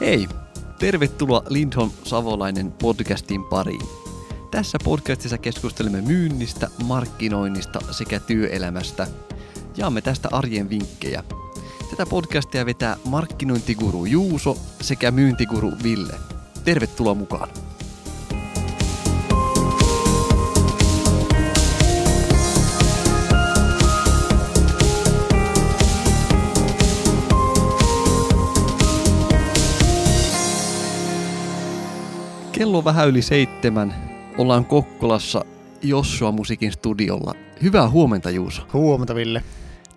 Hei! Tervetuloa Lindholm Savolainen podcastin pariin. Tässä podcastissa keskustelemme myynnistä, markkinoinnista sekä työelämästä. Jaamme tästä arjen vinkkejä. Tätä podcastia vetää markkinointiguru Juuso sekä myyntiguru Ville. Tervetuloa mukaan! Kello on vähän yli seitsemän. Ollaan Kokkolassa Jossua musiikin studiolla. Hyvää huomenta Juuso. Huomenta Ville.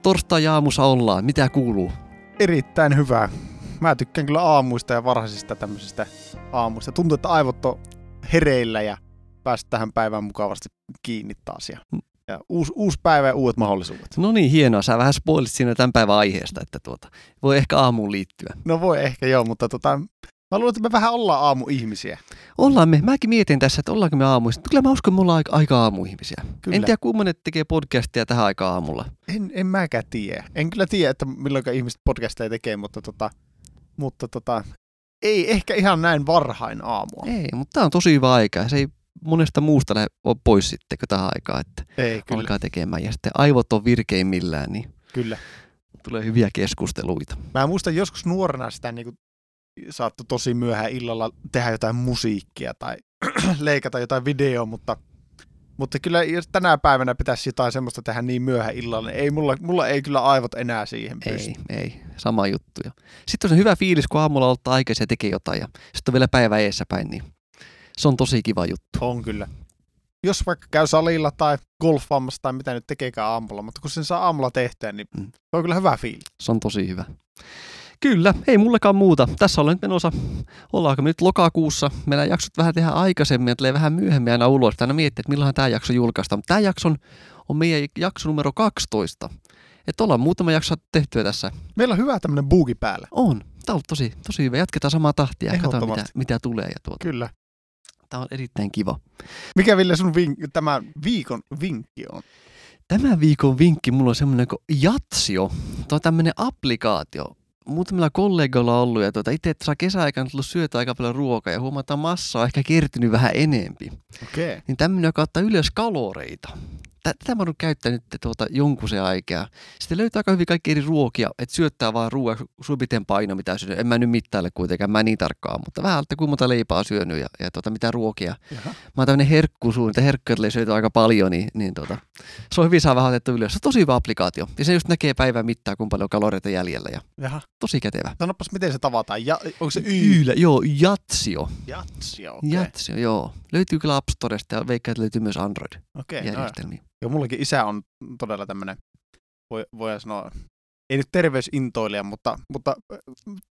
Torstai-aamussa ollaan. Mitä kuuluu? Erittäin hyvää. Mä tykkään kyllä aamuista ja varhaisista tämmöisistä aamuista. Tuntuu, että aivot on hereillä ja päästä tähän päivään mukavasti kiinni taas. Ja, ja uusi, uusi päivä ja uudet mahdollisuudet. No niin, hienoa. Sä vähän spoilit siinä tämän päivän aiheesta, että tuota, voi ehkä aamuun liittyä. No voi ehkä joo, mutta tota, mä luulen, että me vähän ollaan aamuihmisiä. Ollaan me. Mäkin mietin tässä, että ollaanko me aamuisin. Kyllä mä uskon, että me ollaan aika, aika aamuihmisiä. Kyllä. En tiedä, kummonen tekee podcastia tähän aikaan aamulla. En, en mäkään tiedä. En kyllä tiedä, että milloin ihmiset podcasteja tekee, mutta tota, mutta tota, ei ehkä ihan näin varhain aamua. Ei, mutta tää on tosi hyvä aika. Se ei monesta muusta lähde ole pois sitten kun tähän aikaan, että Ei, kyllä. Kyllä. alkaa tekemään. Ja sitten aivot on virkeimmillään, niin kyllä. tulee hyviä keskusteluita. Mä muistan joskus nuorena sitä niin kuin, saattoi tosi myöhään illalla tehdä jotain musiikkia tai leikata jotain videoa, mutta, mutta kyllä jos tänä päivänä pitäisi jotain semmoista tehdä niin myöhään illalla, niin ei mulla, mulla ei kyllä aivot enää siihen pysty. Ei, ei. Sama juttu. Ja sitten on se hyvä fiilis, kun aamulla oltaan aikaisin ja tekee jotain ja sitten on vielä päivä eessä päin, niin se on tosi kiva juttu. On kyllä. Jos vaikka käy salilla tai golfaamassa tai mitä nyt tekeekään aamulla, mutta kun sen saa aamulla tehtyä, niin Mm. se on kyllä hyvä fiilis. Se on tosi hyvä. Kyllä, ei mullekaan muuta. Tässä ollaan nyt menossa, ollaanko me nyt lokakuussa. Meillä jaksot vähän tehdä aikaisemmin ja tulee vähän myöhemmin aina ulos. Tänä miettii, että milloinhan tämä jakso julkaistaan. Mutta Tämä jakson on meidän jakso numero 12. Että ollaan muutama jakso tehtyä tässä. Meillä on hyvä tämmöinen buugi päällä. On. Tämä on ollut tosi, tosi hyvä. Jatketaan samaa tahtia ja katsotaan mitä, Ehdottomasti. mitä tulee. Ja tuota. Kyllä. Tämä on erittäin kiva. Mikä Ville sun vink- tämä viikon vinkki on? Tämän viikon vinkki mulla on semmoinen kuin Jatsio. Tuo on tämmöinen applikaatio. Muutamilla kollegoilla on ollut ja tuota, itse saa kesäaikaan tullut syötä aika paljon ruokaa ja huomataan että massa on ehkä kertynyt vähän enempi. Okei. Okay. Niin tämmöinen, joka ottaa ylös kaloreita. Tä- Tätä mä oon käyttänyt tuota, jonkun se aikaa. Sitten löytää aika hyvin kaikki eri ruokia, että syöttää vaan ruoan suupiten paino, mitä syö. En mä nyt mittaile kuitenkaan, mä en niin tarkkaan, mutta vähän alta kuinka monta leipää on syönyt ja, ja tuota, mitä ruokia Jaha. mä oon tämmönen herkkusuun, että herkkuja tulee syötyä aika paljon, niin, niin tota, se on hyvin saa vähän otettu ylös. Se on tosi hyvä applikaatio. Ja se just näkee päivän mittaan, kuinka paljon kaloreita jäljellä ja Jaha. tosi kätevä. Sanopas, miten se tavataan. Ja, onko se y? Kyllä, joo, Jatsio. Jatsia, okei. Okay. Jatsio, joo. Löytyy kyllä App Storesta ja veikkaan, että löytyy myös Okei, no joo. Android-järjestelmiä. ja mullakin isä on todella tämmöinen, voi, voi sanoa, ei nyt terveysintoilija, mutta, mutta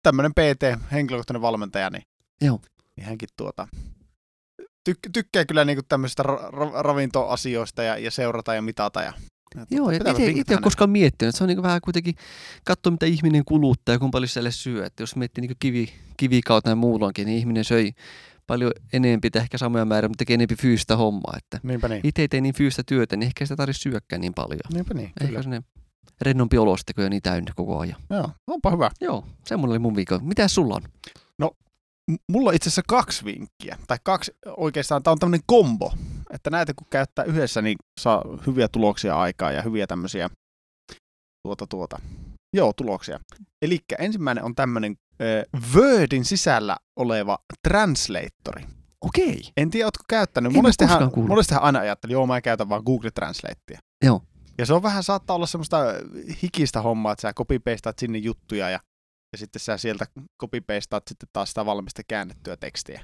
tämmöinen PT, henkilökohtainen valmentaja, niin, Joo. niin hänkin tuota, tyk, tykkää kyllä niinku tämmöisistä ra, ra, ravintoasioista ja, ja seurata ja mitata. Ja, ja tuota, Joo, ja pitää itse, vinkit itse ole hänelle. koskaan miettinyt. että Se on niin vähän kuitenkin katsoa, mitä ihminen kuluttaa ja kuinka paljon siellä syö. Että jos miettii niin kivi, kivikautta ja muulonkin, niin ihminen söi paljon enempi, tai ehkä samoja määrä, mutta tekee enempi fyysistä hommaa. Että Niinpä niin. itse ei tee niin fyysistä työtä, niin ehkä sitä tarvitse syökkää niin paljon. Niinpä niin, Ehkä kyllä. sinne rennompi olosta, kun on niin täynnä koko ajan. Joo, onpa hyvä. Joo, semmoinen oli mun viikko. Mitä sulla on? M- Mulla on itse asiassa kaksi vinkkiä, tai kaksi oikeastaan, tämä on tämmöinen kombo, että näitä kun käyttää yhdessä, niin saa hyviä tuloksia aikaa ja hyviä tämmöisiä, tuota tuota, joo tuloksia. Eli ensimmäinen on tämmöinen äh, Wordin sisällä oleva translatori. Okei. En tiedä, ootko käyttänyt. En oo Monestihan, koskaan kuullut. monestihan aina ajattelin, joo mä käytän vaan Google Translatea. Joo. Ja se on vähän, saattaa olla semmoista hikistä hommaa, että sä copy-pastaat sinne juttuja ja, ja sitten sä sieltä copy-pastaat sitten taas sitä valmista käännettyä tekstiä.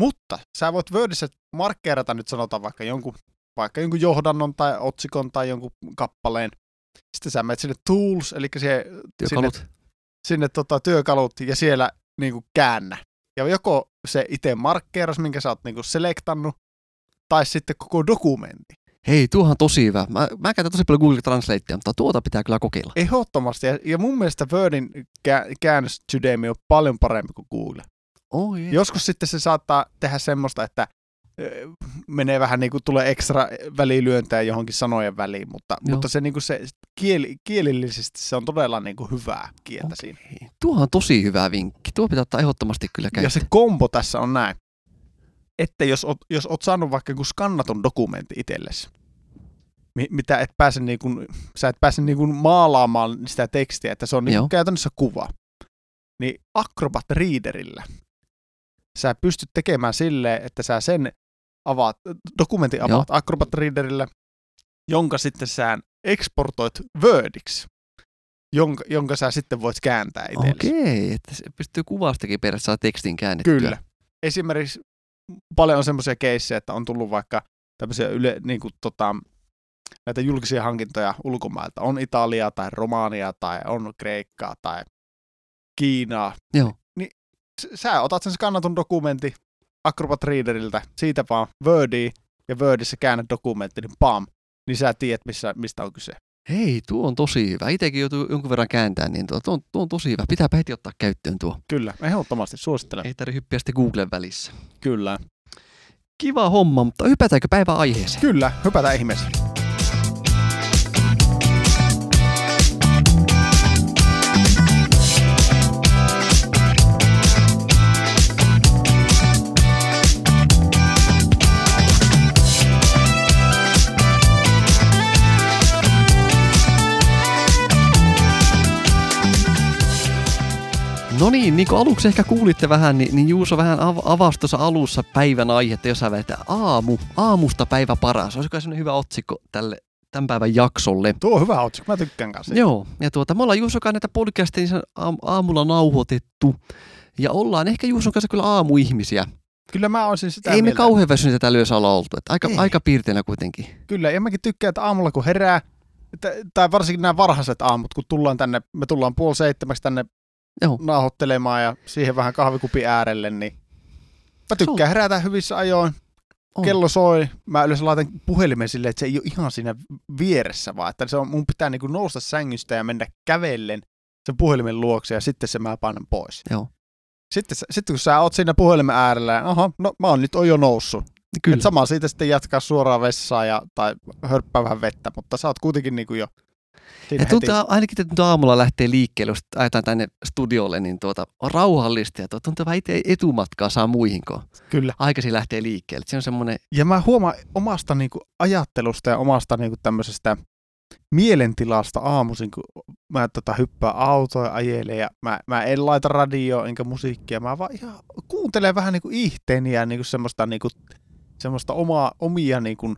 Mutta sä voit Wordissä markkeerata nyt sanotaan vaikka jonkun, vaikka jonkun johdannon tai otsikon tai jonkun kappaleen. Sitten sä menet sinne tools, eli siihen Työkalut. sinne tota, työkalut ja siellä niinku käännä. Ja joko se itse markkeeras, minkä sä oot niinku selektannut, tai sitten koko dokumentti. Hei, tuohan on tosi hyvä. Mä, mä käytän tosi paljon Google Translatea, mutta tuota pitää kyllä kokeilla. Ehdottomasti. Ja, ja mun mielestä Wordin kä- käännössysteemi on paljon parempi kuin Google. Oh, Joskus sitten se saattaa tehdä semmoista, että ö, menee vähän niin kuin tulee ekstra välilyöntää johonkin sanojen väliin, mutta, Joo. mutta se, niin kuin se kieli, kielillisesti se on todella niin kuin hyvää kieltä okay. siinä. Tuohan on tosi hyvä vinkki. Tuo pitää ottaa ehdottomasti kyllä Ja käy. se kombo tässä on näin, että jos oot, jos oot saanut vaikka joku skannaton dokumentti itsellesi, mi- mitä et pääse niin kuin, sä et pääse niin kuin maalaamaan sitä tekstiä, että se on niin Joo. kuin käytännössä kuva, niin Acrobat Readerillä sä pystyt tekemään silleen, että sä sen avaat, dokumentin Joo. avaat Acrobat Readerillä, jonka sitten sä eksportoit Wordiksi, jonka, jonka sä sitten voit kääntää itsellesi. Okei, että se pystyy kuvastakin perässä saa tekstin käännettyä. Kyllä. Esimerkiksi paljon on semmoisia keissejä, että on tullut vaikka tämmöisiä yle, niin kuin, tota, näitä julkisia hankintoja ulkomailta. On Italiaa tai Romaania tai on Kreikkaa tai Kiinaa. Joo. Niin s- sä otat sen skannatun dokumentti Acrobat Readeriltä, siitä vaan Wordiin ja Wordissä käännät dokumentti, niin pam, niin sä tiedät, missä, mistä on kyse. Hei, tuo on tosi hyvä. Itsekin joutuu jonkun verran kääntämään, niin tuo, tuo, on, tuo on tosi hyvä. Pitääpä heti ottaa käyttöön tuo. Kyllä, ehdottomasti suosittelen. Ei tarvitse hyppiä sitten Googlen välissä. Kyllä. Kiva homma, mutta hypätäänkö päivän aiheeseen? Kyllä, hypätään ihmeessä. No niin, niin kuin aluksi ehkä kuulitte vähän, niin, niin Juuso vähän av- avasi tuossa alussa päivän aihetta jossain välissä, että aamu, aamusta päivä paras. Olisiko sellainen hyvä otsikko tälle tämän päivän jaksolle? Tuo on hyvä otsikko, mä tykkään kanssa. Joo, ja tuota, me ollaan Juuson kanssa näitä podcasteja niin sanon- aam- aamulla nauhoitettu. Ja ollaan ehkä Juuson kanssa kyllä aamuihmisiä. Kyllä mä oon siis sitä Ei me mieltä, kauhean väsyneitä tällä yössä olla oltu. Että aika, Ei. aika piirteinä kuitenkin. Kyllä, ja mäkin tykkään, että aamulla kun herää, että, tai varsinkin nämä varhaiset aamut, kun tullaan tänne, me tullaan puoli seitsemäksi tänne Joo. nauhoittelemaan ja siihen vähän kahvikupin äärelle, niin mä Se on- tykkään herätä hyvissä ajoin, On. kello soi, mä yleensä laitan puhelimen silleen, että se ei ole ihan siinä vieressä, vaan että se on, mun pitää niinku nousta sängystä ja mennä kävellen sen puhelimen luokse ja sitten se mä panen pois. Joo. Sitten, sä- sitten kun sä oot siinä puhelimen äärellä, aha, no mä oon nyt on jo noussut. Kyllä. Et sama siitä sitten jatkaa suoraan vessaan ja, tai hörppää vähän vettä, mutta sä oot kuitenkin niinku jo siinä Ja heti. tuntuu ainakin, että nyt aamulla lähtee liikkeelle, jos ajetaan tänne studiolle, niin tuota, on rauhallista ja tuota, tuntuu vähän itse etumatkaa saa muihinko. Kyllä. Aikaisin lähtee liikkeelle. Et Se on semmoinen, Ja mä huomaan omasta niinku ajattelusta ja omasta niinku tämmöisestä mielentilasta aamuisin, kun mä tota hyppään autoa ja ajelen ja mä, mä en laita radioa enkä musiikkia, mä vaan ihan kuuntelen vähän niinku ihteeni ja niinku semmoista, niinku, semmoista omaa, omia niinku,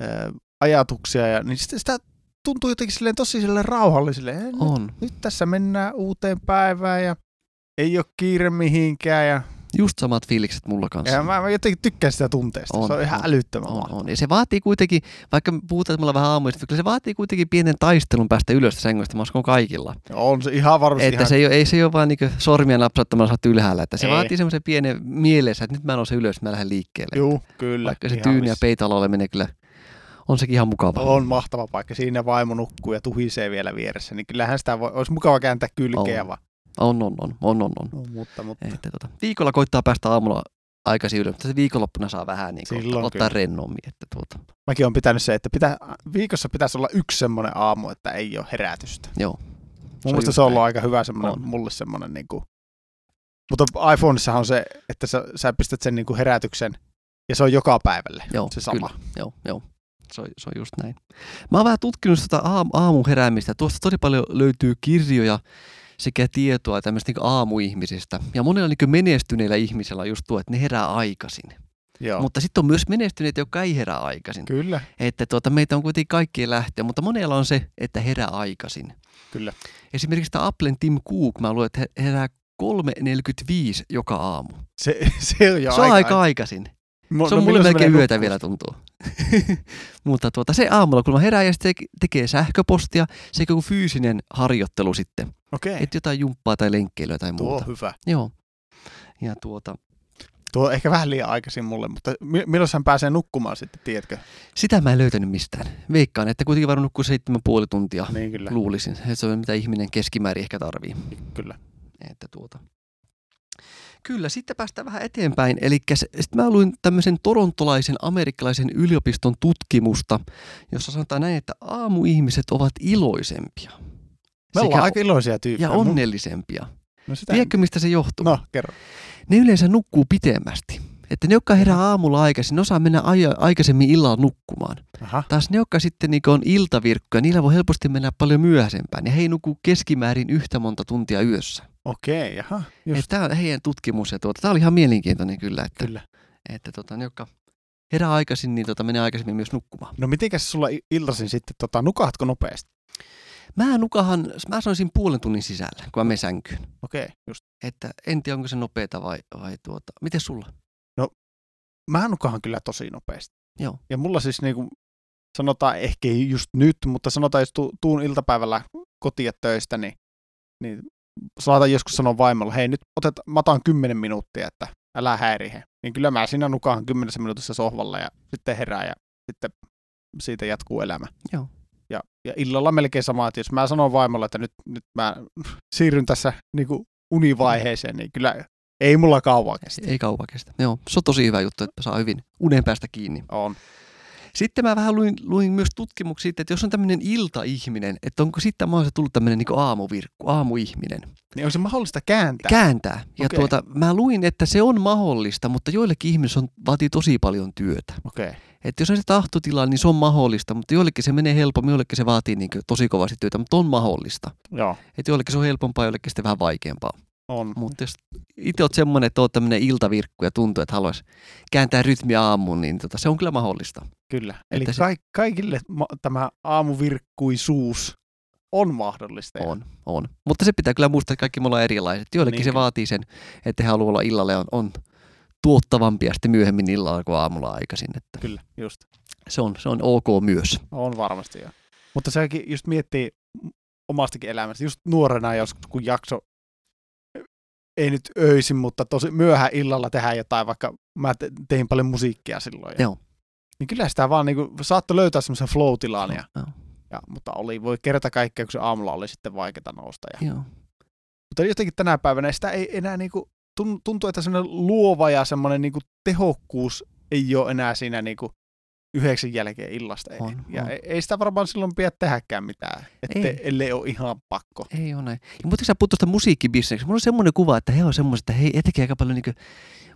ö, ajatuksia ja niin sitä, sitä tuntuu jotenkin silleen tosi silleen rauhalliselle. Eh, nyt on. nyt tässä mennään uuteen päivään ja ei ole kiire mihinkään. Ja, Just samat fiilikset mulla kanssa. ja mä, mä jotenkin tykkään sitä tunteesta. On, On, se on ihan on, älyttömän On, mahtavaa. on. Ja se vaatii kuitenkin, vaikka me puhutaan että me ollaan vähän aamuista, kyllä se vaatii kuitenkin pienen taistelun päästä ylös sängystä, mä uskon kaikilla. On se ihan varmasti Että ihan, se ei, ole- ei se ole vaan niinku sormia napsauttamalla saat ylhäällä, että se Ei. vaatii semmoisen pienen mielessä, että nyt mä nousen ylös, mä lähden liikkeelle. juu, kyllä. vaikka se ihan tyyni ja missä- peitalo oleminen kyllä, on sekin ihan mukavaa. On mahtava paikka. Siinä vaimo nukkuu ja tuhisee vielä vieressä. Niin kyllähän sitä voi, olisi mukava kääntää kylkeä On. vaan. On, on, on, on, on, on. No, mutta, mutta. Että tota, viikolla koittaa päästä aamulla aikaisin ylös, mutta se viikonloppuna saa vähän niin kuin, Silloin ottaa, ottaa kyllä. rennommin. Että tuota. Mäkin olen pitänyt se, että pitää, viikossa pitäisi olla yksi semmoinen aamu, että ei ole herätystä. Joo. Mun mielestä just se on ollut näin. aika hyvä semmoinen, On. mulle semmoinen niin kuin... Mutta iPhoneissahan on se, että sä, sä pistät sen niin kuin herätyksen ja se on joka päivälle Joo, se sama. Kyllä. Joo, joo. Se on, se on just näin. Mä oon vähän tutkinut sitä aam, aamuheräämistä. Tuosta tosi paljon löytyy kirjoja sekä tietoa tämmöistä niin aamuihmisistä. Ja monella niin menestyneillä ihmisillä on just tuo, että ne herää aikaisin. Joo. Joo. Mut, Mutta sitten on myös menestyneitä, jotka ei herää aikaisin. kyllä, Että tuota, meitä on kuitenkin kaikkien lähteä, mutta monella on se, että herää aikaisin. kyllä. Esimerkiksi tämä Applen Tim Cook, mä luulen, että he- herää 3.45 joka aamu. Se, se on jo se on aika aikaisin. No, se on no mulle milloin se melkein menee yötä nukkumaan? vielä tuntuu. Mutta tuota, se aamulla, kun mä herään ja sitten te- tekee sähköpostia, se joku fyysinen harjoittelu sitten. Okei, okay. Että jotain jumppaa tai lenkkeilyä tai tuo muuta. on hyvä. Joo. Ja tuota, Tuo on ehkä vähän liian aikaisin mulle, mutta mi- milloin hän pääsee nukkumaan sitten, tiedätkö? sitä mä en löytänyt mistään. Veikkaan, että kuitenkin varmaan nukkuu seitsemän puoli tuntia. Niin kyllä, Luulisin, että se on mitä ihminen keskimäärin ehkä tarvii. kyllä. Että tuota. Kyllä, sitten päästään vähän eteenpäin. Eli sitten mä luin tämmöisen torontolaisen amerikkalaisen yliopiston tutkimusta, jossa sanotaan näin, että aamuihmiset ovat iloisempia Me Sekä- ollaan aika iloisia ja tyyppejä. Mun- onnellisempia. No, sitä en- Tiedätkö, mistä se johtuu? no kerro. Ne yleensä nukkuu pitemmästi. Että ne, jotka herää aamulla aikaisin, ne osaa mennä aja- aikaisemmin illalla nukkumaan. Aha. Taas ne, jotka sitten niin on iltavirkkuja, niillä voi helposti mennä paljon myöhäisempään. Ja he ei nuku keskimäärin yhtä monta tuntia yössä. Okei, jaha. Just, Tämä on heidän tutkimus. Ja tuota, tämä oli ihan mielenkiintoinen kyllä, että, kyllä. että tota, ne, jotka herää aikaisin, niin tota, menee aikaisemmin myös nukkumaan. No mitenkäs sulla i- iltaisin sitten, tota, nukahatko nopeasti? Mä nukahan, mä sanoisin puolen tunnin sisällä, kun mä menen sänkyyn. Okei, just. Että en tiedä, onko se nopeeta vai, vai tuota. Miten sulla? Mä nukahan kyllä tosi nopeasti. Joo. Ja mulla siis niinku, sanotaan ehkä ei just nyt, mutta sanotaan jos tu- tuun iltapäivällä kotia töistä, niin, niin saatan joskus sanoa vaimolle, hei nyt otet, mä otan 10 minuuttia, että älä häiri he. Niin kyllä mä siinä nukahan 10 minuutissa sohvalla ja sitten herää ja sitten siitä jatkuu elämä. Joo. Ja, ja illalla melkein sama, että jos mä sanon vaimolle, että nyt, nyt mä siirryn tässä niinku univaiheeseen, niin kyllä ei mulla kauan kestä. Ei kauan kestä. Joo, se on tosi hyvä juttu, että saa hyvin unen päästä kiinni. On. Sitten mä vähän luin, luin myös tutkimuksia siitä, että jos on tämmöinen iltaihminen, että onko sitten mahdollista tullut tämmöinen niin aamuvirkku, aamuihminen. Niin on se mahdollista kääntää? Kääntää. Ja Okei. tuota, mä luin, että se on mahdollista, mutta joillekin ihmisillä on, vaatii tosi paljon työtä. Okei. Että jos on se tahtotila, niin se on mahdollista, mutta joillekin se menee helpommin, joillekin se vaatii niin tosi kovasti työtä, mutta on mahdollista. Joo, Että joillekin se on helpompaa, joillekin sitten vähän vaikeampaa. on. Mutta jos itse oot semmoinen, että oot tämmöinen iltavirkku ja tuntuu, että haluaisi kääntää rytmiä aamuun, niin tota, se on kyllä mahdollista. Kyllä. Eli Että se- kaik- kaikille ma- tämä aamuvirkkuisuus on mahdollista. On, on. Mutta se pitää kyllä muistaa, että kaikki me ollaan erilaiset. Joillekin Niin niin, se kyllä. vaatii sen, että he haluaa olla illalla ja on, on tuottavampia sitten myöhemmin illalla kuin aamulla aikaisin. Että Kyllä, just. se, on, se on ok myös. On varmasti joo. Mutta sekin just miettii omastakin elämästä. Just nuorena joskus, kun jakso ei nyt öisin, mutta tosi myöhään illalla tehdään jotain, vaikka mä te- tein paljon musiikkia silloin. Ja, Joo. Niin kyllä sitä vaan niinku, saattoi löytää semmoisen flow-tilan. Ja, Joo, ja, mutta oli, voi kerta kaikkea, kun se aamulla oli sitten vaikeaa nousta. Ja, joo. Mutta jotenkin tänä päivänä sitä ei enää niinku, tun- tuntuu, että semmoinen luova ja semmoinen niinku tehokkuus ei ole enää siinä niinku yhdeksän jälkeen illasta. Ei- On, ja on. Ei, ei sitä varmaan silloin pidä tehdäkään mitään, ette, Ei. ellei ole ihan pakko. Ei ole näin. Ja muuten sä puhut tuosta musiikkibisneksestä. Mulla on semmoinen kuva, että he on semmoiset, että he he tekee aika paljon niin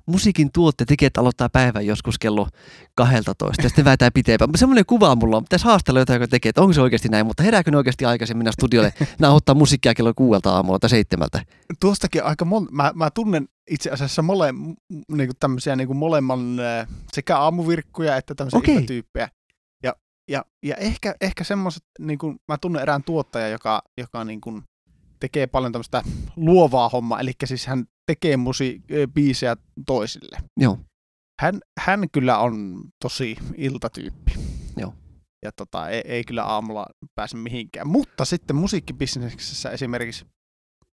musiikin tuotteet, tekijät aloittaa päivän joskus kello 12 ja sitten väätää pitempään. Mutta semmoinen kuva mulla on. Pitäisi haastella jotain, joka tekee, että onko se oikeasti näin, mutta herääkö ne oikeasti aikaisin mennä studiolle nauhoittaa musiikkia kello kuuelta aamulla tai seitsemältä. Tuostakin aika mon- mä, mä tunnen itse asiassa mole, m- niinku tämmöisiä niinku molemman äh, sekä aamuvirkkuja että tämmöisiä Okei. okay. tyyppejä. Ja, ja, ja ehkä, ehkä semmoiset, niinku, mä tunnen erään tuottaja, joka, joka niinku, tekee paljon tämmöistä luovaa hommaa, eli siis hän tekee musi- ö, biisejä toisille. Joo. Hän, hän kyllä on tosi iltatyyppi. Joo. Ja tota, ei, ei kyllä aamulla pääse mihinkään. Mutta sitten musiikkibisneksessä esimerkiksi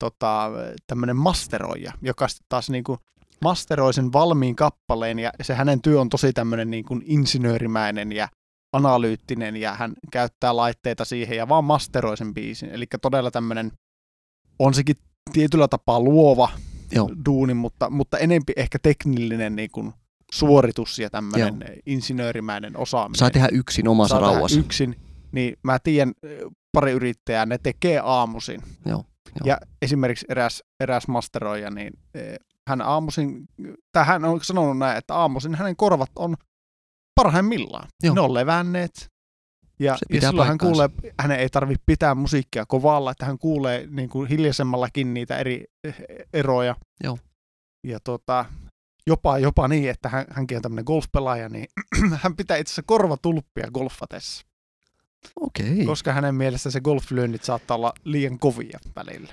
tota, tämmöinen masteroija, joka sitten taas niinku masteroi sen valmiin kappaleen ja se hänen työ on tosi tämmöinen niinku insinöörimäinen ja analyyttinen ja hän käyttää laitteita siihen ja vaan masteroi sen biisin. Eli todella tämmöinen, on sekin tietyllä tapaa luova Joo. duuni, mutta, mutta enempi ehkä teknillinen niinku suoritus ja tämmöinen insinöörimäinen osaaminen Saa tehdä yksin omassa Niin. saa tehdä rauhassa. yksin, niin mä tiedän ö, pari yrittäjää, ne tekee aamuisin. Joo, joo. Ja esimerkiksi eräs, eräs masteroija, niin eh, hän aamuisin, tai hän on sanonut näin, että aamuisin hänen korvat on parhaimmillaan. Joo. Ne on levänneet. Ja, Se ja pitää silloin hän paikkaansa. kuulee, hänen ei tarvitse pitää musiikkia kovalla, että hän kuulee niin kuin hiljaisemmallakin niitä eri eh, eroja. Joo. Ja tota, jopa, jopa niin, että hän, hänkin on tämmöinen golfpelaaja, niin hän pitää itse asiassa korvatulppia golfatessa Okei. koska hänen mielestään se golflyönnit saattaa olla liian kovia välillä.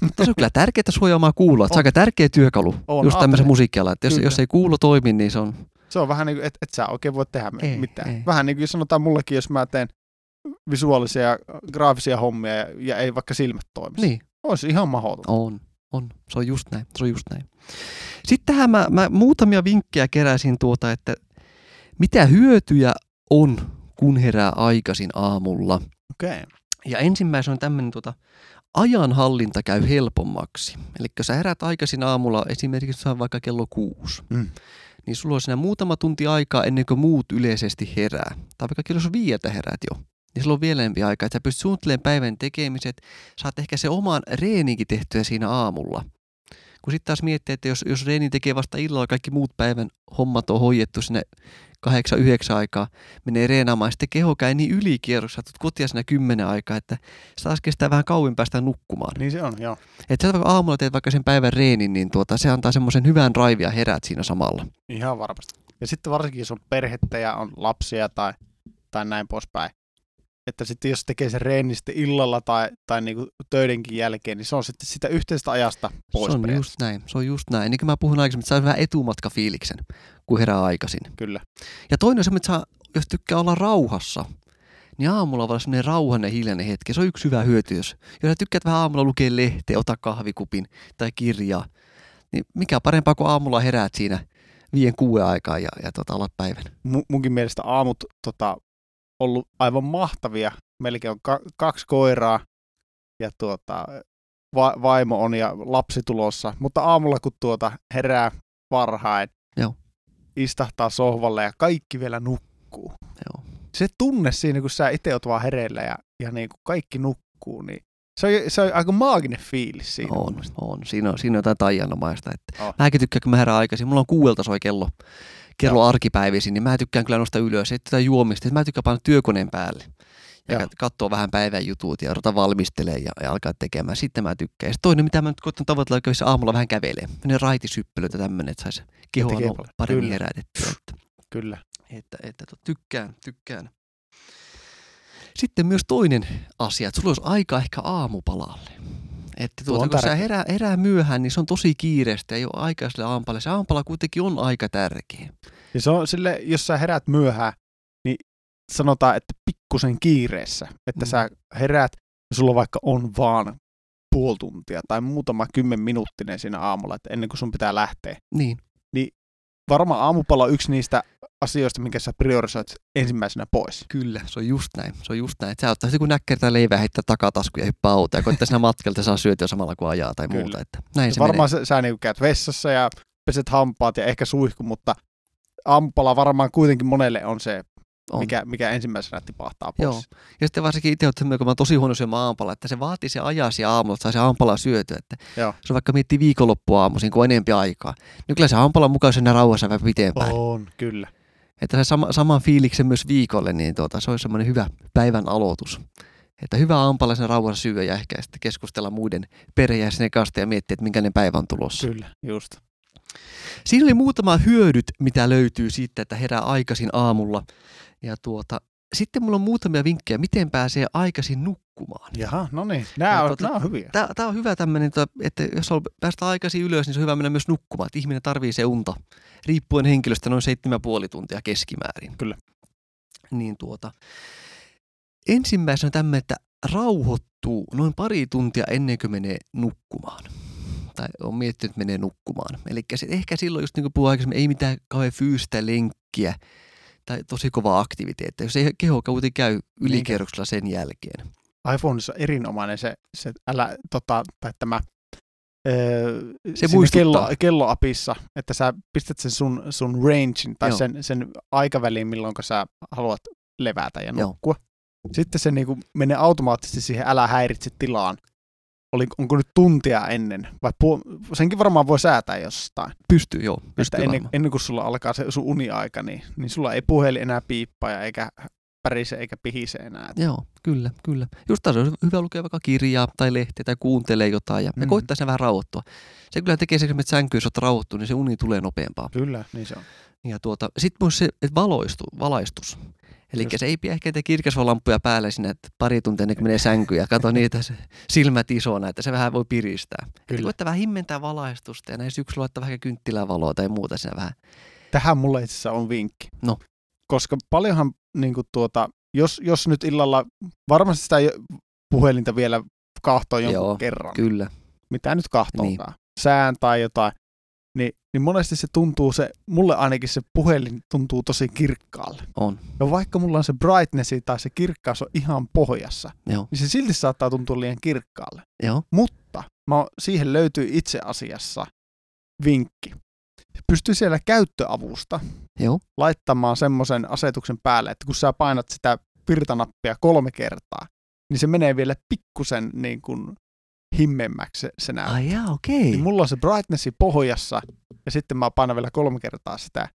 Mutta se on kyllä tärkeää suojaamaan kuuloa. Se on On. aika tärkeä työkalu On, just tämmöisen aattelee. musiikkialan. Että jos, Kyllä. jos ei kuulo toimi, niin se on... Se on vähän niin kuin, että et sä oikein voi tehdä Ei, ei, mitään. ei. Ei. Vähän niin kuin sanotaan mullekin, jos mä teen visuaalisia ja graafisia hommia ja, ja ei vaikka silmät toimi. Niin. Olisi ihan mahdoton. On, on. Se on just näin. Se on just näin. Sitten tähän mä, mä muutamia vinkkejä keräsin tuota, että mitä hyötyjä on, kun herää aikaisin aamulla. Okei. Okay. Ja ensimmäisenä on tämmöinen tuota, ajanhallinta käy helpommaksi. Eli jos sä herät aikaisin aamulla, esimerkiksi saa vaikka kello kuusi, Mm. niin sulla on siinä muutama tunti aikaa ennen kuin muut yleisesti herää. Tai vaikka jos viieltä herät jo, niin sulla on vielä enempi aikaa, että sä pystyt suunnittelemaan päivän tekemiset, saat ehkä se oman reeninkin tehtyä siinä aamulla. Kun sitten taas miettii, että jos, jos reeni tekee vasta illalla, kaikki muut päivän hommat on hoidettu sinne kahdeksan, yhdeksän aikaa, menee reenaamaan, ja sitten keho käy niin ylikierroksessa, että tulet kotia siinä kymmenen aikaa, että sitä taas kestää vähän kauin päästä nukkumaan. Niin se on, joo. Että sä vaikka aamulla teet vaikka sen päivän reenin, niin tuota, se antaa semmoisen hyvän raivia heräät siinä samalla. Ihan varmasti. Ja sitten varsinkin, jos on perhettä ja on lapsia tai, tai näin poispäin. Että sitten jos tekee sen reenin sitten illalla tai, tai niinku töidenkin jälkeen, niin se on sitten sitä yhteistä ajasta pois. se on periaatteessa. just näin, se on just näin. Niin kuin mä puhun aikaisemmin, että saa vähän etumatkafiiliksen, kun herää aikaisin. Kyllä. Ja toinen on semmoinen, että saa, jos tykkää olla rauhassa, niin aamulla voi olla semmoinen rauhainen hiljainen hetki. Se on yksi hyvä hyöty, jos, jos sä tykkäät vähän aamulla lukea lehteä, ota kahvikupin tai kirjaa, niin mikä parempaa kuin aamulla heräät siinä viien kuuden aikaa ja, ja tota, alat päivän. Mu- munkin mielestä aamut tota, ollut aivan mahtavia. Melkein on ka- kaksi koiraa ja tuota, va- vaimo on ja lapsi tulossa. Mutta aamulla kun tuota herää varhain, Joo. istahtaa sohvalle ja kaikki vielä nukkuu. Joo. Se tunne siinä, kun sä itse oot vaan hereillä ja, ja niin kuin kaikki nukkuu, niin se on, se on aika maaginen fiilis siinä. Ah. On, on. Siinä on, siinä on jotain taianomaista. Että On. Mäkin tykkään, kun mä herään aikaisin. Mulla on kuuelta soi kello, kello Joo. arkipäivisin, niin mä tykkään kyllä nostaa ylös. Että tätä juomista, että mä tykkään panna työkoneen päälle. Ja Joo. kat- katsoa vähän päivän jutut ja ruveta valmistelemaan ja, ja, alkaa tekemään. Sitten mä tykkään. Ja sit toinen, mitä mä nyt koitan tavoitella, on käydä se aamulla vähän kävelee. Mennään raitisyppelöitä tämmöinen, että saisi kehoa tekee no- paremmin Kyllä. herätettyä. Että, Kyllä. että, että to- tykkään, tykkään. Sitten myös toinen asia, että sulla olisi aika ehkä aamupalalle. Että Tuo tuota, on kun sä tärkeä. herää, herää myöhään, niin se on tosi kiireistä, ei ole aikaa sille aampalalle. Se aampala kuitenkin on aika tärkeä. Ja Niin se on sille, jos sä herät myöhään, niin sanotaan, että pikkusen kiireessä, että Mm. mm. sä herät ja sulla vaikka on vaan puoli tuntia tai muutama kymmen minuuttinen siinä aamulla, että ennen kuin sun pitää lähteä. Niin, Varmaan aamupala on yksi niistä asioista, minkä sä priorisoit ensimmäisenä pois. kyllä, se on just näin. Se on just näin. Että sä ottaa sitten kun näkkertää leivää, heittää takataskuja ja hyppää autoa ja koittaa siinä matkalta saa syötyä samalla kuin ajaa tai Kyllä. muuta. Että näin se menee. varmaan sä, sä niin käyt vessassa ja peset hampaat ja ehkä suihku, mutta aamupala varmaan kuitenkin monelle on se, On. Mikä, mikä ensimmäisenä tipahtaa pois. Joo. Ja sitten varsinkin itse olet semmoinen, kun mä oon tosi huono syömään aampala, että se vaatii se ajasi ja aamulla, että saa se aampala syötyä. Että Joo. se on vaikka miettii viikonloppua aamuisin, kun on enempi aikaa. Niin kyllä se aampala mukaisena rauhassa vähän pitempään. Oh. On, kyllä. Että se sama, saman fiiliksen myös viikolle, niin tuota, se olisi semmoinen hyvä päivän aloitus. Että hyvä aampala sen rauhassa syö ja ehkä sitten keskustella muiden perheenjäsenen kanssa ja miettiä, että minkäinen päivä on tulossa. Kyllä, just. Siinä oli muutama hyödyt, mitä löytyy siitä, että herää aikaisin aamulla. Ja tuota, sitten mulla on muutamia vinkkejä, miten pääsee aikaisin nukkumaan. Jaha, no niin. Nämä on, tota- tota... on hyviä. Tämä, tämä on hyvä tämmöinen, että jos haluaa päästä aikaisin ylös, niin se on hyvä mennä myös nukkumaan. Että ihminen tarvii se unta, riippuen henkilöstä noin 7,5 tuntia keskimäärin. Kyllä. Niin tuota, ensimmäisenä tämmöinen, että rauhoittuu noin pari tuntia ennen kuin menee nukkumaan. Tai on miettinyt, että menee nukkumaan. Eli ehkä silloin, just niin kuin puhuin aikaisemmin, ei mitään kauhean fyysistä lenkkiä tai tosi kovaa aktiviteettia, jos ei keho kuitenkin käy ylikierroksella sen jälkeen. iPhoneissa on erinomainen se, se älä, tota, tai tämä, öö, siinä muistuttaa. kello, kelloapissa, että sä pistät sen sun, sun rangein tai Joo. sen, sen aikaväliin, milloin sä haluat levätä ja Joo. nukkua. Sitten se niinku menee automaattisesti siihen älä häiritse tilaan. Oli, onko nyt tuntia ennen? Vai puol... senkin varmaan voi säätää jostain. Pystyy, joo. Pystyy Että ennen, varmaan. ennen kuin sulla alkaa se sun uniaika, niin, niin sulla ei puhelin enää piippaa ja eikä pärise eikä pihise enää. Joo, kyllä, kyllä. Just taas on hyvä lukea vaikka kirjaa tai lehteä tai kuuntelee jotain ja, mm. ja Mm. koittaa sen vähän rauhoittua. Se kyllä tekee sen, että sänkyyn, jos olet rauhoittunut, niin se uni tulee nopeampaa. Kyllä, niin se on. Ja tuota, sitten myös se, että valoistu, valaistus. Eli Just. se ei pidä ehkä niitä kirkasvalamppuja päällä sinne, että pari tuntia ennen kuin menee sänkyyn ja kato niitä se silmät isona, että se vähän voi piristää. Kyllä. Kyllä. Koittaa vähän himmentää valaistusta ja näin syksyllä laittaa vähän kynttilää valoa tai muuta sinne vähän. Tähän mulla itse asiassa on vinkki. No. Koska paljonhan, niin kuin tuota, jos, jos nyt illalla, varmasti sitä jo- puhelinta vielä kahtoo jonkun Joo, kerran. Kyllä, Mitä nyt kahtoonkaan. Niin. Sään tai jotain. niin, niin monesti se tuntuu se, mulle ainakin se puhelin tuntuu tosi kirkkaalle. On. Ja vaikka mulla on se brightnessi tai se kirkkaus on ihan pohjassa, Joo. niin se silti saattaa tuntua liian kirkkaalle. Joo. Mutta mä, oon- siihen löytyy itse asiassa vinkki. Pystyy siellä käyttöavusta Joo. laittamaan semmoisen asetuksen päälle, että kun sä painat sitä virtanappia kolme kertaa, niin se menee vielä pikkusen niin kuin himmemmäksi se, se näyttö. Ai jaa, okei. Niin mulla on se brightnessi pohjassa ja sitten mä painan vielä kolme kertaa sitä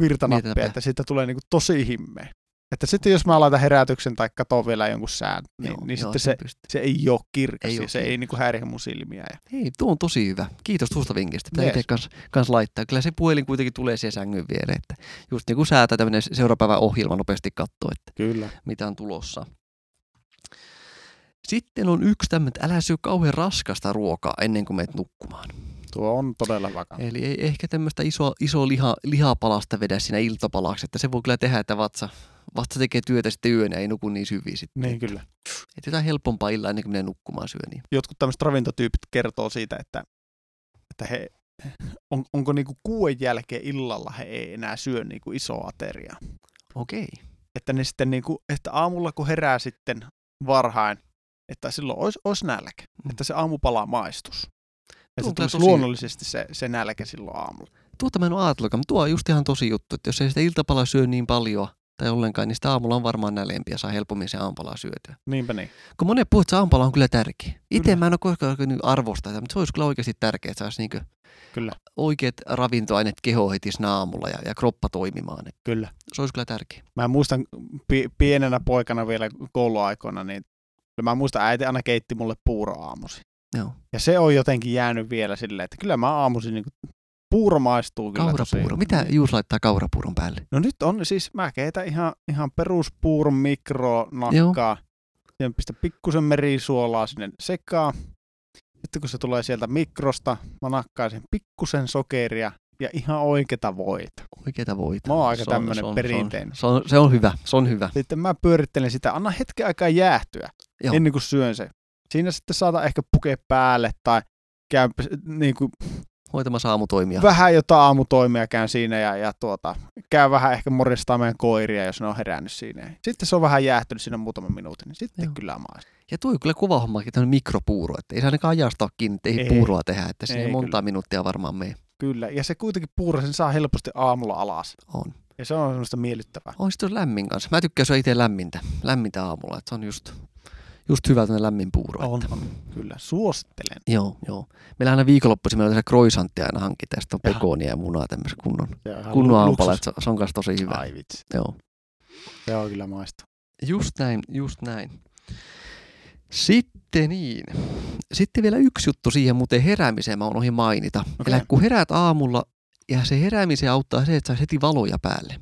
virtanappia, Virtanappia. että siitä tulee niin kuin tosi himmeä. Että sitten jos mä laitan herätyksen tai katon vielä jonkun sään, niin, Joo, niin joo, sitten sen se, pystyy. se ei ole Ei kirkas ei ja oo se ei niin kuin häiriä mun silmiä. Ja... Hei, tuo on tosi hyvä. Kiitos tuosta vinkistä. Pitää Jees. itse kans, kans laittaa. Kyllä se puhelin kuitenkin tulee siihen sängyn viereen. Että just niin kuin säätää tämmöinen seuraapäivän ohjelma nopeasti katsoa, että Kyllä. mitä on tulossa. Sitten on yksi tämmöinen, että älä syö kauhean raskasta ruokaa ennen kuin menet nukkumaan. Tuo on todella vakava. Eli ei ehkä tämmöistä iso, iso liha, lihapalasta vedä siinä iltapalaksi, että se voi kyllä tehdä, että vatsa, vatsa tekee työtä sitten yön ja ei nuku niin syviin sitten. Niin kyllä. Että jotain helpompaa illalla ennen kuin menee nukkumaan syö niin. Jotkut tämmöiset ravintotyypit kertoo siitä, että, että he, on, onko niin kuin kuuden jälkeen illalla he ei enää syö niin kuin isoa ateriaa. Okei. että ne sitten niin kuin, että aamulla kun herää sitten varhain, että silloin olisi, olisi nälkä, Mm. mm. että se aamupala maistus. Ja Tuo se on kyllä tulisi tosi- luonnollisesti se, se nälkä silloin aamulla. Tuota mä en ole ajatellutkaan, mutta tuo on just ihan tosi juttu, että jos ei sitä iltapalaa syö niin paljon tai ollenkaan, niin sitä aamulla on varmaan nälempi ja saa helpommin se aamupalaa syötyä. Niinpä niin. Kun monet puhut, se aamupala on kyllä tärkeä. Itse Kyllä. mä en ole koskaan alkanut arvostaa sitä, mutta se olisi kyllä oikeasti tärkeää, että saisi niinku Kyllä. oikeat ravintoaineet kehoon heti siinä aamulla ja, ja kroppa toimimaan. Et Kyllä. Se olisi kyllä tärkeä. Mä muistan pi- pienenä poikana vielä kouluaikoina, niin mä muistan äiti aina keitti mulle puuro aamusi. Joo. Ja se on jotenkin jäänyt vielä silleen, että kyllä mä aamuisin niin kuin, puuro maistuu kyllä Kaurapuuro. tosi- Mitä Juus laittaa kaurapuuron päälle? No nyt on siis, mä keitän ihan, ihan peruspuuron mikronakkaa. Siihen pistä pikkusen merisuolaa sinne sekaan. Sitten kun se tulee sieltä mikrosta, mä nakkaan sen pikkusen sokeria ja ihan oikeita voita. Oikeita voita. Mä oon aika Se on- tämmönen se on- perinteinen. Se on, se, on, se on hyvä, se on hyvä. Sitten mä pyörittelen sitä, anna hetken aikaa jäähtyä Joo. Joo. ennen kuin syön se. Siinä sitten saata ehkä pukea päälle tai käyn niin kuin, Hoitamassa aamutoimia. vähän jotain aamutoimia käyn siinä ja, ja tuota, käyn vähän ehkä morjastaa meidän koiria, jos ne on herännyt siinä. Sitten se on vähän jäähtynyt siinä muutaman minuutin, niin sitten Joo. Joo. kyllä maasta. Ja tuo on kyllä kuva hommakin tämmöinen mikropuuro, että ei se ainakaan ajasta ole kiinni, että ei, Ei. puuroa tehdä, että siinä ei, Ei monta minuuttia varmaan mene Kyllä, ja se kuitenkin puuro, sen saa helposti aamulla alas. on. Ja se on semmoista miellyttävää. On sitten lämmin kanssa. Mä tykkään syödä itse lämmintä, lämmintä aamulla, että se on just, just hyvä tämmöinen lämmin puuro. On, Että. on, kyllä. Suosittelen. Joo, joo. Meillä aina viikonloppuisin meillä on tässä kroisanttia aina hankitaan, sitten on Jaha. pekonia ja munaa tämmöisen kunnon, Se on ihan kunnon lu- aamupala, luksus. että se, se on kanssa tosi hyvä. Ai vitsi, Joo. se on kyllä maista. Just näin, just näin. Sitten niin. Sitten vielä yksi juttu siihen muuten heräämiseen mä oon ohi mainita. Okay. Okei. Eli kun heräät aamulla ja se heräämiseen auttaa se, että saa heti valoja päälle.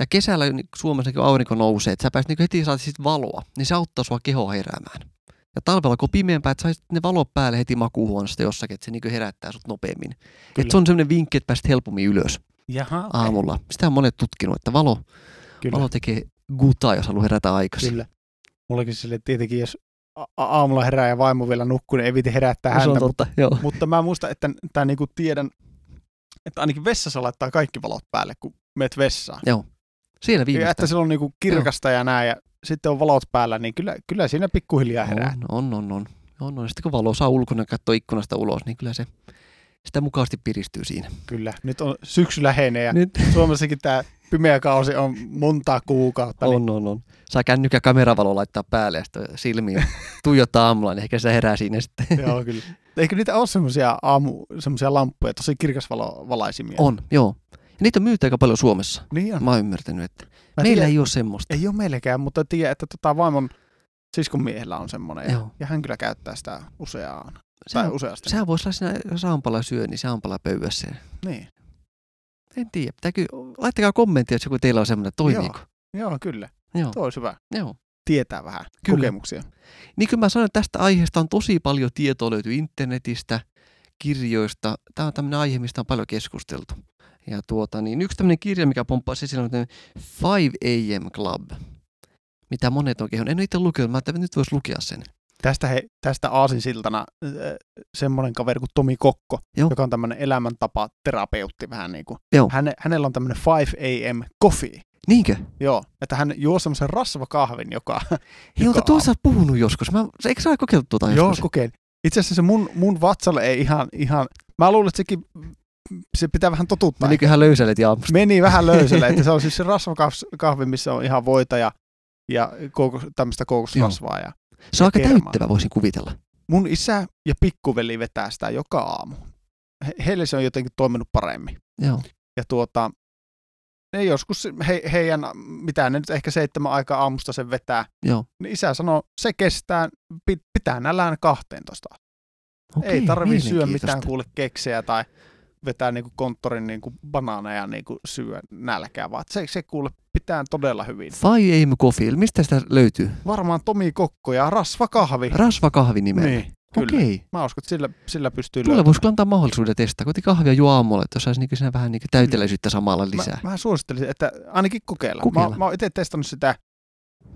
Ja kesällä niin Suomessa kun aurinko nousee, että sä pääset niin heti saat sit valoa, niin se auttaa sua kehoa heräämään. Ja talvella kun on pimeämpää, että saisit ne valot päälle heti makuuhuoneesta jossakin, että se niin herättää sut nopeammin. Että Kyllä. se on semmoinen vinkki, että pääset helpommin ylös Jaha, Aamu, aamulla. Sitä on monet tutkinut, että valo, kyllä, valo tekee gutaa, jos haluaa herätä aikaisin. kyllä. Mullakin sille tietenkin, jos a- a- aamulla herää ja vaimo vielä nukkuu, niin ei viti herättää No, se on häntä, totta, joo. Mutta mä muistan, että tämä niinku tiedän, että ainakin vessassa laittaa kaikki valot päälle, kun meet vessaan. Siellä Ja että viimeistään. se on niinku kirkasta ja näin, ja sitten on valot päällä, niin kyllä, kyllä siinä pikkuhiljaa herää. On, on, on, on. on, on. Sitten kun valo saa ulkona katsoa ikkunasta ulos, niin kyllä se sitä mukavasti piristyy siinä. Kyllä. Nyt on syksy lähenee ja Nyt Suomessakin tämä pimeä kausi on monta kuukautta. Niin on, on, on. Saa kännykkä kameravalo laittaa päälle ja sitten silmiin tuijottaa aamulla, niin ehkä se herää siinä sitten. joo, kyllä. Eikö niitä ole semmoisia aamu, semmoisia lamppuja, tosi kirkasvalovalaisia? On, joo. Ja niitä on myyty aika paljon Suomessa. Niin on. Mä oon ymmärtänyt, että Mä meillä tiedän- ei ole semmoista. ei ole meilläkään, mutta tiedän, että tota vaimon siskon miehellä on semmoinen. Ja, Joo. ja hän kyllä käyttää sitä useaan. Se Tai on, useasti. sehän voisi olla siinä, jos aampala syö, niin se aampala pöydässä. Niin. En tiedä. Pitääkö, laittakaa kommenttia, jos joku teillä on semmoinen, toimiiko. Joo, kyllä. Joo. Tuo olisi hyvä. joo. Tietää vähän Kyllä. kyllä. kokemuksia. Niin kuin mä sanoin, tästä aiheesta on tosi paljon tietoa löytyy internetistä, kirjoista. Tämä on tämmöinen aihe, mistä on paljon keskusteltu. Ja tuota, niin yksi tämmöinen kirja, mikä pomppaa sisällä, on tämmöinen 5 AM Club, mitä monet on kehon. En ole itse lukenut, mä ajattelin, että nyt voisi lukea sen. Tästä, he, tästä aasinsiltana äh, semmoinen kaveri kuin Tomi Kokko, Joo. Joo. joka on tämmöinen elämäntapa terapeutti vähän niin kuin. Joo. Häne, hänellä on tämmöinen 5 am coffee. Niinkö? Joo, että hän juo semmoisen rasvakahvin, joka... Hilta, joka tuossa sä oot puhunut joskus. Mä, se- eikö sä ole kokeillut tuota Joo, joskus? kokeilin. Itse asiassa se mun, mun vatsalle ei ihan, ihan... Mä luulen, että sekin se pitää vähän totuttaa. Menikö ihan löysälle jampusta? Meni vähän löysälle, että se on siis se rasvakahvi, missä on ihan voita ja, ja koukos, tämmöistä koukosrasvaa. Ja Se on aika kermaa. täyttävä, voisin kuvitella. mun isä ja pikkuveli vetää sitä joka aamu. He, heille se on jotenkin toiminut paremmin. Joo. Ja tuota, ne joskus he, heidän, mitä ne nyt ehkä seitsemän aikaa aamusta sen vetää, Joo. niin isä sanoo, se kestää, pit- pitää nälään 12. Okei, Ei tarvii syö mitään mielenkiintoista. kuule keksejä tai vetää niinku konttorin niinku banaaneja niinku syö nälkää, vaan se, se kuule pitää todella hyvin. Five AM Coffee, mistä sitä löytyy? Varmaan Tomi Kokko ja rasvakahvi. Rasvakahvi nimellä. Niin, kyllä. Okei. Mä uskon, että sillä, sillä pystyy Tulee voisi kyllä antaa mahdollisuuden testata. Koti kahvia juo aamulla, että saisi niinku siinä vähän niinku täyteläisyyttä samalla lisää. Mä, mä suosittelisin, että ainakin kokeilla. Kokeilla. Mä, mä oon itse testannut sitä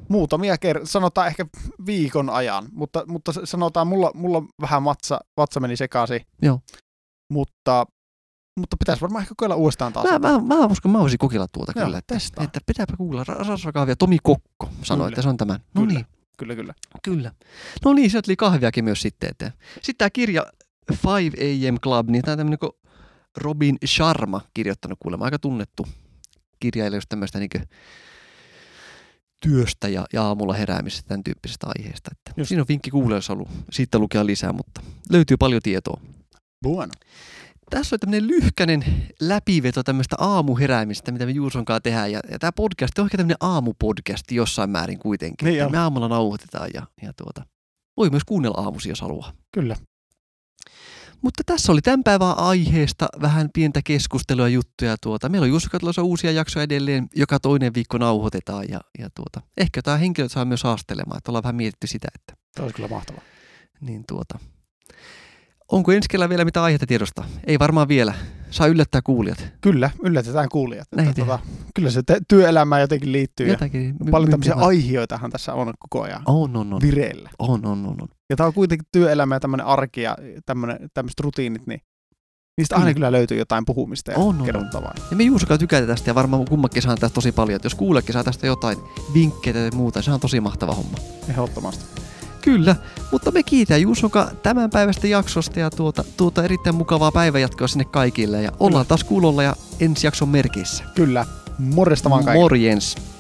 muutamia kertaa, sanotaan ehkä viikon ajan, mutta, mutta s- sanotaan, mulla, mulla vähän vatsa, vatsa meni sekaisin. Joo. Mutta, mutta pitäisi varmaan ehkä kokeilla uudestaan taas. Mä, mä, mä, uskon, mä voisin kokeilla tuota Joo, kyllä. Että, testaa. että pitääpä kuulla. Ra- Rasvakahvia Tomi Kokko sanoi, Kyllä. että se on tämän. No Kyllä. niin, Kyllä, kyllä. kyllä. No niin, sieltä tuli kahviakin myös sitten eteen. Sitten tämä kirja 5 AM Club, niin tämä on tämmöinen kuin Robin Sharma kirjoittanut kuulemma. Aika tunnettu kirjailija just tämmöistä niinku työstä ja, ja aamulla heräämisestä tämän tyyppisestä aiheesta. Että Just. siinä on vinkki kuulee, jos haluaa siitä lukea lisää, mutta löytyy paljon tietoa. Bueno. Tässä oli tämmöinen lyhkänen läpiveto tämmöistä aamuheräämistä, mitä me Juusonkaan tehdään. Ja, ja tämä podcast on ehkä tämmöinen aamupodcast jossain määrin kuitenkin. Niin Että on. me aamulla nauhoitetaan ja, ja tuota, voi myös kuunnella aamusi, jos haluaa. Kyllä. Mutta tässä oli tämän päivän aiheesta vähän pientä keskustelua ja juttuja. Tuota, meillä on Juusokan tulossa uusia jaksoja edelleen, joka toinen viikko nauhoitetaan. Ja, ja tuota, ehkä jotain henkilöt saa myös haastelemaan, että ollaan vähän mietitty sitä, että Tämä olisi kyllä mahtavaa. niin tuota. Onko ensi kerralla vielä mitä aihetta tiedosta? Ei varmaan vielä. Saa yllättää kuulijat. Kyllä, yllätetään kuulijat. Näin Että, tota, tehdään. kyllä se te- työelämään jotenkin liittyy. Ja Jotakin. my- paljon tämmöisiä myyntiä- aihioitahan tässä on koko ajan On, on, on. vireillä. On, on, on, on. Ja tämä on kuitenkin työelämä ja tämmöinen arki ja tämmönen- tämmöiset rutiinit, niin niistä aina Kyllä. kyllä löytyy jotain puhumista ja Mm. On, on, kerrottavaa. On. Ja me Juusokaa tykätä tästä ja varmaan kummakin saa tästä tosi paljon. Että jos kuulekin saa tästä jotain vinkkejä tai muuta, se on tosi mahtava homma. Ehdottomasti. Kyllä, mutta me kiitää Juusoka tämän päivästä jaksosta ja tuota, tuota erittäin mukavaa päivänjatkoa sinne kaikille. Ja ollaan taas kuulolla ja ensi jakson merkissä. Kyllä. Morjesta vaan kaikille. Morjens!